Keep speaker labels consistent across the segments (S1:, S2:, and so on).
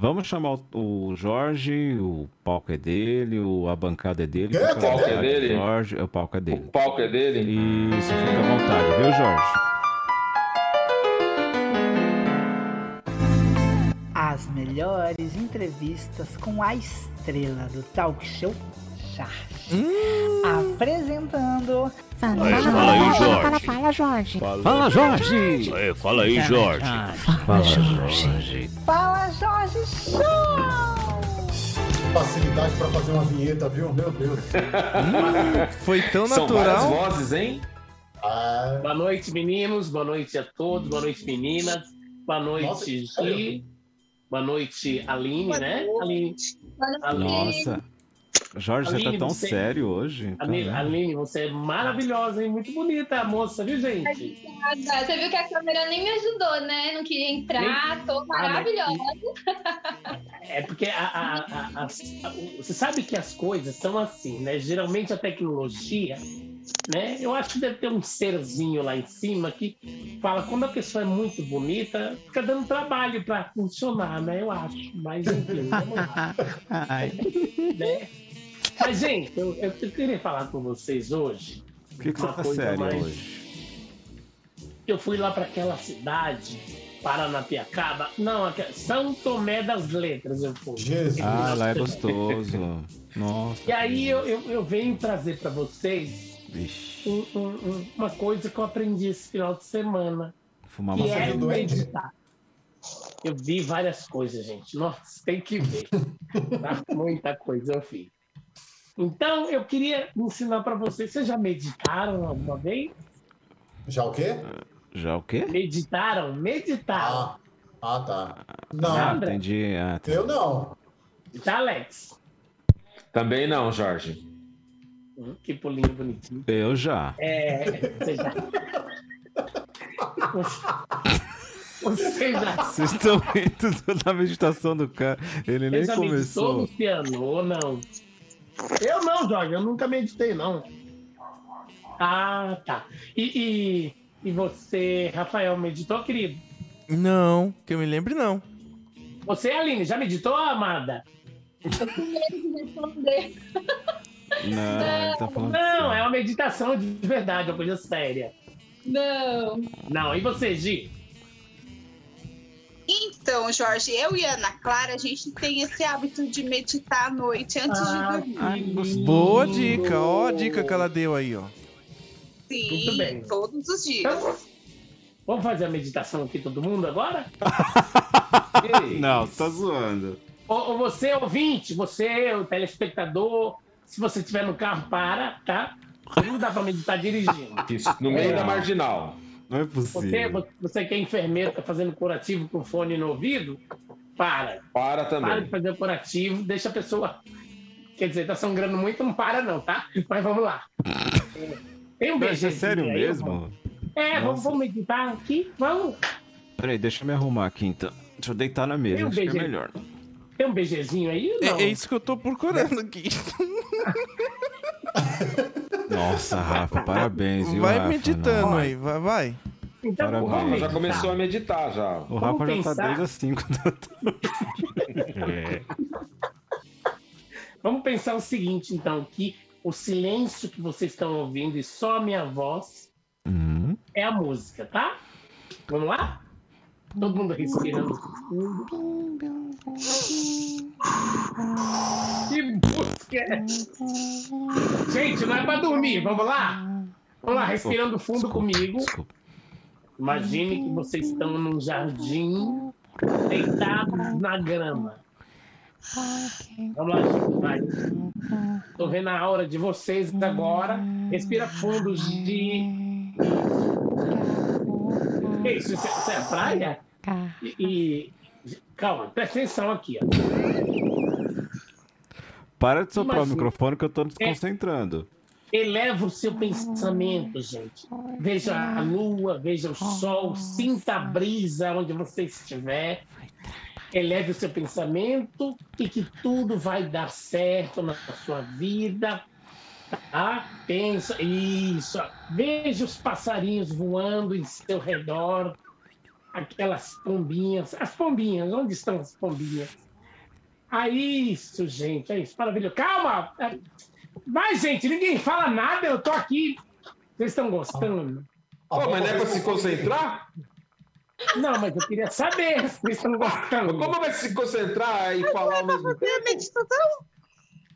S1: Vamos chamar o, o Jorge, o palco é dele, o, a bancada é dele.
S2: É,
S1: fica à
S2: o palco é
S1: vontade,
S2: dele?
S1: Jorge, o palco é dele.
S2: O palco é dele?
S1: Isso, fica à vontade, viu, Jorge?
S3: As melhores entrevistas com a estrela do talk show Charge. Apresentando
S4: Fala,
S5: Aí,
S4: Tá, fala,
S5: fala aí,
S4: fala,
S5: Jorge.
S4: fala, fala,
S1: Fala,
S4: Jorge.
S1: Jorge!
S5: É, fala aí, Jorge.
S4: Fala, Jorge.
S3: Fala Jorge Show!
S6: facilidade pra fazer uma vinheta, viu? Meu Deus.
S7: Foi tão
S2: São várias
S7: natural.
S2: vozes, hein?
S6: Ah,
S8: Boa noite, meninos. Boa noite a todos. Boa noite, meninas. Boa
S6: Nossa,
S8: noite, Gi. Boa noite, Aline,
S9: Boa
S8: né?
S9: noite.
S8: Aline,
S1: Nossa! Jorge, você tá
S8: Amigo,
S1: tão
S8: você-
S1: sério hoje. tá
S8: Aline,
S1: vendo?
S8: Aline, você é maravilhosa, hein? Muito bonita a moça, viu, gente?
S9: Obrigada. Você viu que a câmera nem me ajudou, né? Não queria entrar, tô maravilhosa.
S8: É porque a, a- a- a- a- o- você sabe que as coisas são assim, né? Geralmente a tecnologia, né? Eu acho que deve ter um serzinho lá em cima que fala quando a pessoa é muito bonita, fica dando trabalho para funcionar, né? Eu acho. Mas enfim, vamos lá.
S7: Ai,
S8: né? Mas, gente, eu, eu queria falar com vocês hoje.
S1: Por que, que você
S8: uma
S1: tá
S8: coisa
S1: sério
S8: mais-
S1: hoje?
S8: Eu fui lá para aquela cidade, Paranapiacaba. Não, aquela- São Tomé das Letras, eu fui.
S6: Jesus.
S1: Ah, lá é gostoso. Nossa.
S8: E aí eu, eu, eu venho trazer para vocês
S1: Vixe,
S8: um- um- um- uma coisa que eu aprendi esse final de semana.
S1: fumar
S8: Que
S1: uma
S8: é
S6: viu doente?
S8: meditar. Eu vi várias coisas, gente. Nossa, tem que ver. Tá? Muita coisa eu fiz. Então, eu queria ensinar para vocês. Vocês já meditaram alguma vez?
S6: Já o quê?
S1: Já o quê?
S8: Meditaram? Meditaram.
S6: Ah, ah tá. Não,
S1: Ah,
S8: Nada.
S1: entendi. Ah, tá.
S6: eu não.
S8: Tá, Alex?
S2: Também não, Jorge.
S8: Hum, Que pulinho bonitinho.
S1: Eu já.
S8: É, você já... Você- Você já...
S1: Vocês estão indo na meditação do cara. Ele
S8: Você
S1: nem
S8: já meditou,
S1: começou.
S8: Luciano, ou não? Eu não, Jorge. Eu nunca meditei, não. Ah, tá. E, e, e você, Rafael, meditou, querido?
S7: não, que eu me lembre, não.
S8: Você, Aline, já meditou, amada?
S9: Com medo de responder.
S1: Não, ele tá falando.
S8: Não, é uma meditação de verdade, uma coisa séria.
S9: Não.
S8: Não, e você, Gi?
S10: Então, Jorge, eu e Ana Clara, a gente tem esse hábito de meditar à noite antes de
S8: Ah,
S10: dormir.
S1: Ai,
S8: que
S1: gostoso.
S7: Boa dica, ó a dica que ela deu aí, ó.
S10: Sim,
S8: bem.
S10: todos os dias.
S8: Então, vamos fazer a meditação aqui todo mundo agora? é
S2: Ei,
S1: Não, você tá zoando.
S8: Ou, ou você, ouvinte, você, o telespectador, se você estiver no carro, para, tá? Não dá pra meditar dirigindo.
S2: que isso- No meio
S8: É.
S2: da marginal.
S1: Não é
S8: Você,
S1: possível.
S8: você que é enfermeiro, tá fazendo curativo com fone no ouvido, para.
S2: Para
S8: Para de
S2: também.
S8: fazer o curativo, deixa a pessoa. Quer dizer, tá sangrando muito, não para, não, tá? Mas vamos lá. Tem um
S1: Não, isso é
S8: beijinho
S1: sério
S8: aí, vamos-
S1: mesmo?
S8: É, vamos,
S1: Nossa.
S8: vamos meditar aqui, vamos.
S1: Peraí, deixa eu me arrumar aqui então. Deixa eu deitar na mesa,
S8: Eu
S1: acho que é
S8: beijei.
S1: melhor.
S8: Tem um beijezinho aí? ou
S7: É,
S8: Não.
S7: é isso que eu tô procurando aqui.
S1: Nossa, Rafa, parabéns, viu?
S7: Vai
S1: Rafa?
S7: meditando
S1: Não.
S7: aí, vai, vai.
S8: Então,
S1: Parabéns.
S2: O
S8: vamos
S2: Rafa já
S8: meditar.
S2: começou a meditar já.
S1: O Rafa
S8: Vamos
S1: já tá
S8: pensar. É.
S1: desde as 5
S8: Vamos pensar o seguinte, então, que o silêncio que vocês estão ouvindo e só a minha voz
S1: Hum,
S8: é a música, tá? Vamos lá? Todo mundo respirando. Que música é essa? Gente, não é pra dormir, vamos lá? Vamos lá, respirando fundo comigo.
S1: Desculpa.
S8: Imagine que vocês estão num jardim, deitados na grama. Vamos lá, gente, vai. Tô vendo a aura de vocês agora. Respira fundo, de. Isso, isso é, isso é praia? E, e- Calma, presta atenção aqui. Ó.
S1: Para de soprar
S8: Imagina. É.
S1: o microfone que eu tô desconcentrando.
S8: Eleva o seu pensamento, gente. Veja a lua, veja o sol, sinta a brisa onde você estiver. Eleve o seu pensamento e que tudo vai dar certo na sua vida. Tá? Pensa, isso. Veja os passarinhos voando em seu redor, aquelas pombinhas. As pombinhas, onde estão as pombinhas? É isso, gente. É isso. Maravilha. Calma! É- Vai, gente, ninguém fala nada, eu tô aqui. Vocês estão gostando?
S2: Pô, mas não é pra se concentrar?
S8: Não, mas eu queria saber se vocês estão gostando.
S2: Como vai se concentrar e falar ao mesmo tempo?
S10: É meditação.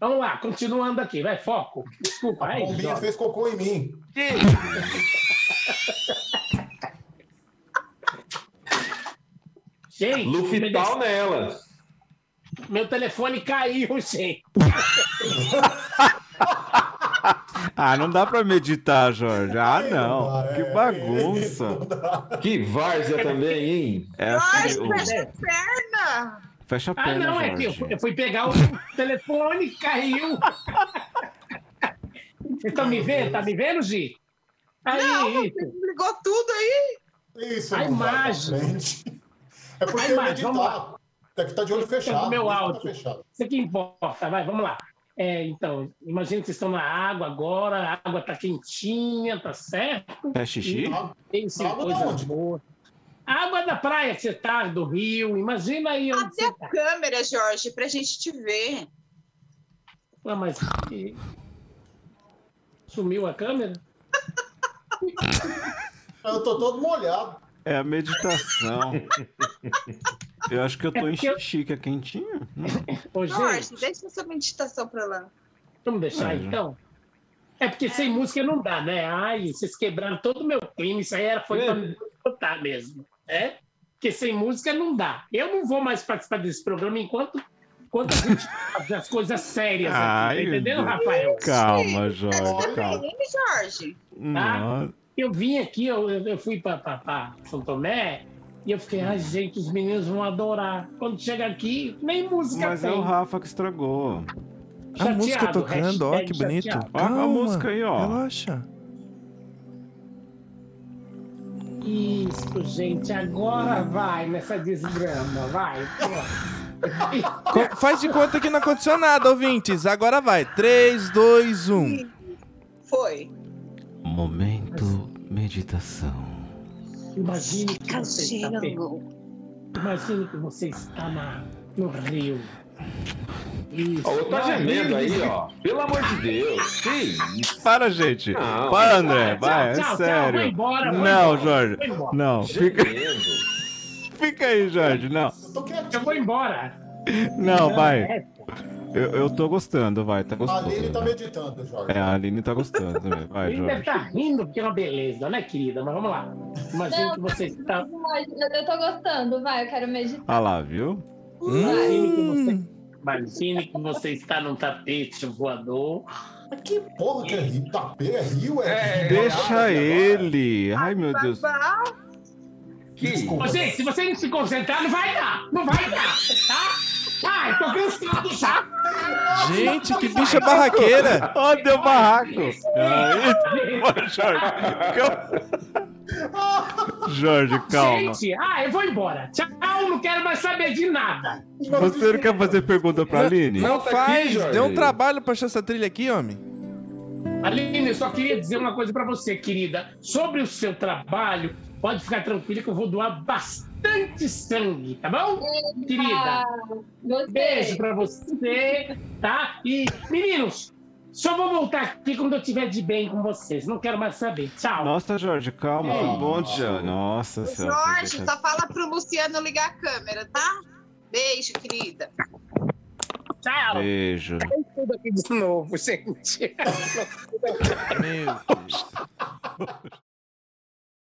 S8: Vamos lá, continuando aqui, vai, foco. Desculpa,
S6: A
S8: aí,
S6: bombinha
S8: joga.
S6: fez cocô em mim.
S8: Gente, meu,
S2: Lufital nela.
S8: meu telefone caiu, gente.
S1: Ah, não dá pra meditar, Jorge. Ah, não.
S6: É,
S1: Que bagunça.
S2: Que várzea também, hein?
S1: É assim,
S10: Nossa,
S1: o-
S10: fecha a perna.
S1: fecha a
S8: né? Ah,
S1: perna,
S8: não, é que eu
S1: Jorge.
S8: fui, eu fui pegar o telefone, caiu. Vocês estão me vendo? Tá me vendo, Gi? Aí, isso.
S10: Ligou tudo aí.
S6: Isso,
S8: A
S6: não vai pra
S8: imagem.
S6: frente. É porque
S8: A
S6: eu
S8: imagem, vamos é
S6: meditar. Tem que estar de olho fechado.
S8: o meu
S6: por isso que
S8: áudio.
S6: Tá fechado.
S8: isso que importa, vai, vamos lá. É, então, imagina que vocês estão na água agora, a água tá quentinha, tá certo?
S1: É xixi?
S6: Ah,
S8: Isso,
S6: Água da
S8: coisa
S6: onde?
S8: boa. Água da praia que você tá, do rio, imagina aí onde
S10: Cadê
S8: você
S10: a
S8: tá.
S10: câmera, Jorge, pra gente te ver?
S8: Ué, mas... e- Sumiu a câmera?
S6: Eu tô todo molhado.
S1: É a meditação. Eu acho que eu tô em xixi, que é quentinho.
S8: Ô, gente,
S10: Jorge, deixa essa meditação pra lá.
S8: vamos deixar
S1: Uhum.
S8: então? É porque sem música não dá, né? Ai, vocês quebraram todo o meu clima, isso aí era, foi
S6: É.
S8: pra me botar mesmo, né? Porque sem música não dá. Eu não vou mais participar desse programa enquanto, enquanto a gente faz as coisas sérias aqui,
S1: Ai,
S8: tá
S1: meu
S8: entendendo,
S1: Deus.
S8: Rafael? Tá.
S1: Calma,
S10: Cadê
S1: Jorge,
S10: a
S1: calma.
S10: PM, Tá Jorge?
S1: Nossa.
S8: Eu vim aqui, eu, eu eu fui para São Tomé, e eu fiquei, ai, gente, os meninos vão adorar. Quando chega aqui, nem música
S1: Mas
S8: tem.
S1: é o Rafa que estragou.
S7: A música
S8: Chateado,
S7: tocando, ó, que
S8: hashtag
S7: bonito.
S8: chateado.
S1: Ó, a música aí, ó.
S7: Relaxa.
S8: Isso, gente, agora vai nessa desgrama, vai. pô.
S7: Co- faz de conta que não aconteceu nada, ouvintes. Agora vai. um. 3, 2, 1.
S10: Foi.
S1: Momento meditação.
S8: Imagine
S10: Tá
S8: que você está, pe-
S10: Cachelo.
S8: imagine que você está na, no rio. Isso.
S2: Ó, o outro tá
S8: no
S2: gemendo
S8: rio.
S2: aí, ó. Pelo amor de Deus. Que isso?
S1: Para, gente.
S2: Não.
S1: Para,
S8: Ah,
S1: André.
S8: tchau,
S1: Vai, é
S8: tchau, tchau,
S1: sério.
S8: vai embora, vai
S1: não,
S8: embora,
S1: Jorge.
S8: vai embora.
S1: Não, fica,
S2: Gemendo.
S1: fica aí, Jorge. Não,
S6: Eu tô quietinho.
S8: Eu vou embora.
S1: não, vai.
S8: É,
S1: Eu, eu tô gostando, vai. Tá
S6: A
S1: gostoso.
S6: Aline tá
S1: né?
S6: meditando, Jorge.
S1: É, a Aline tá gostando também. Vai,
S8: ele deve
S1: Jorge.
S8: estar rindo porque é uma beleza, né, querida? Mas vamos lá. Imagine
S9: Não.
S8: que você está.
S9: Jorge, Eu tô gostando, vai, eu quero meditar.
S1: Ah lá, viu?
S8: Imagine que você. Imagine que você está num tapete voador.
S6: Mas que porra que é rio? Tapê é rio? É,
S1: Deixa
S6: Ásia,
S1: ele. Ai, meu Deus.
S10: Babá.
S2: Que
S8: Ô, gente, se você não se concentrar, não vai dar! Não vai dar! Tá? Ai, tô cansado já!
S7: Gente, que bicha barraqueira.
S1: Ó, deu barraco. Aí, Ô, Jorge. Calma. Jorge, calma.
S8: Gente, ah, eu vou embora. Tchau, não quero mais saber de nada.
S1: Você não quer fazer pergunta pra Aline?
S7: Não
S2: Volta aqui,
S7: faz.
S2: Jorge.
S7: Deu um trabalho pra achar essa trilha aqui, homem.
S8: Aline, eu só queria dizer uma coisa pra você, querida. Sobre o seu trabalho, pode ficar tranquila que eu vou doar bastante sangue, tá bom? Querida,
S9: Gostei.
S8: beijo pra você, tá? E, meninos, só vou voltar aqui quando eu estiver de bem com vocês. Não quero mais saber. Tchau.
S1: Nossa, Jorge, calma. Tá
S6: Ei.
S1: bom, Tia. Nossa senhora. você
S10: Jorge,
S1: Tá
S10: tá-
S1: deixa-
S10: só fala pro Luciano ligar a câmera, tá? Beijo, querida.
S8: Tchau.
S1: Beijo.
S8: Tudo aqui de novo, gente.
S7: Meu Deus.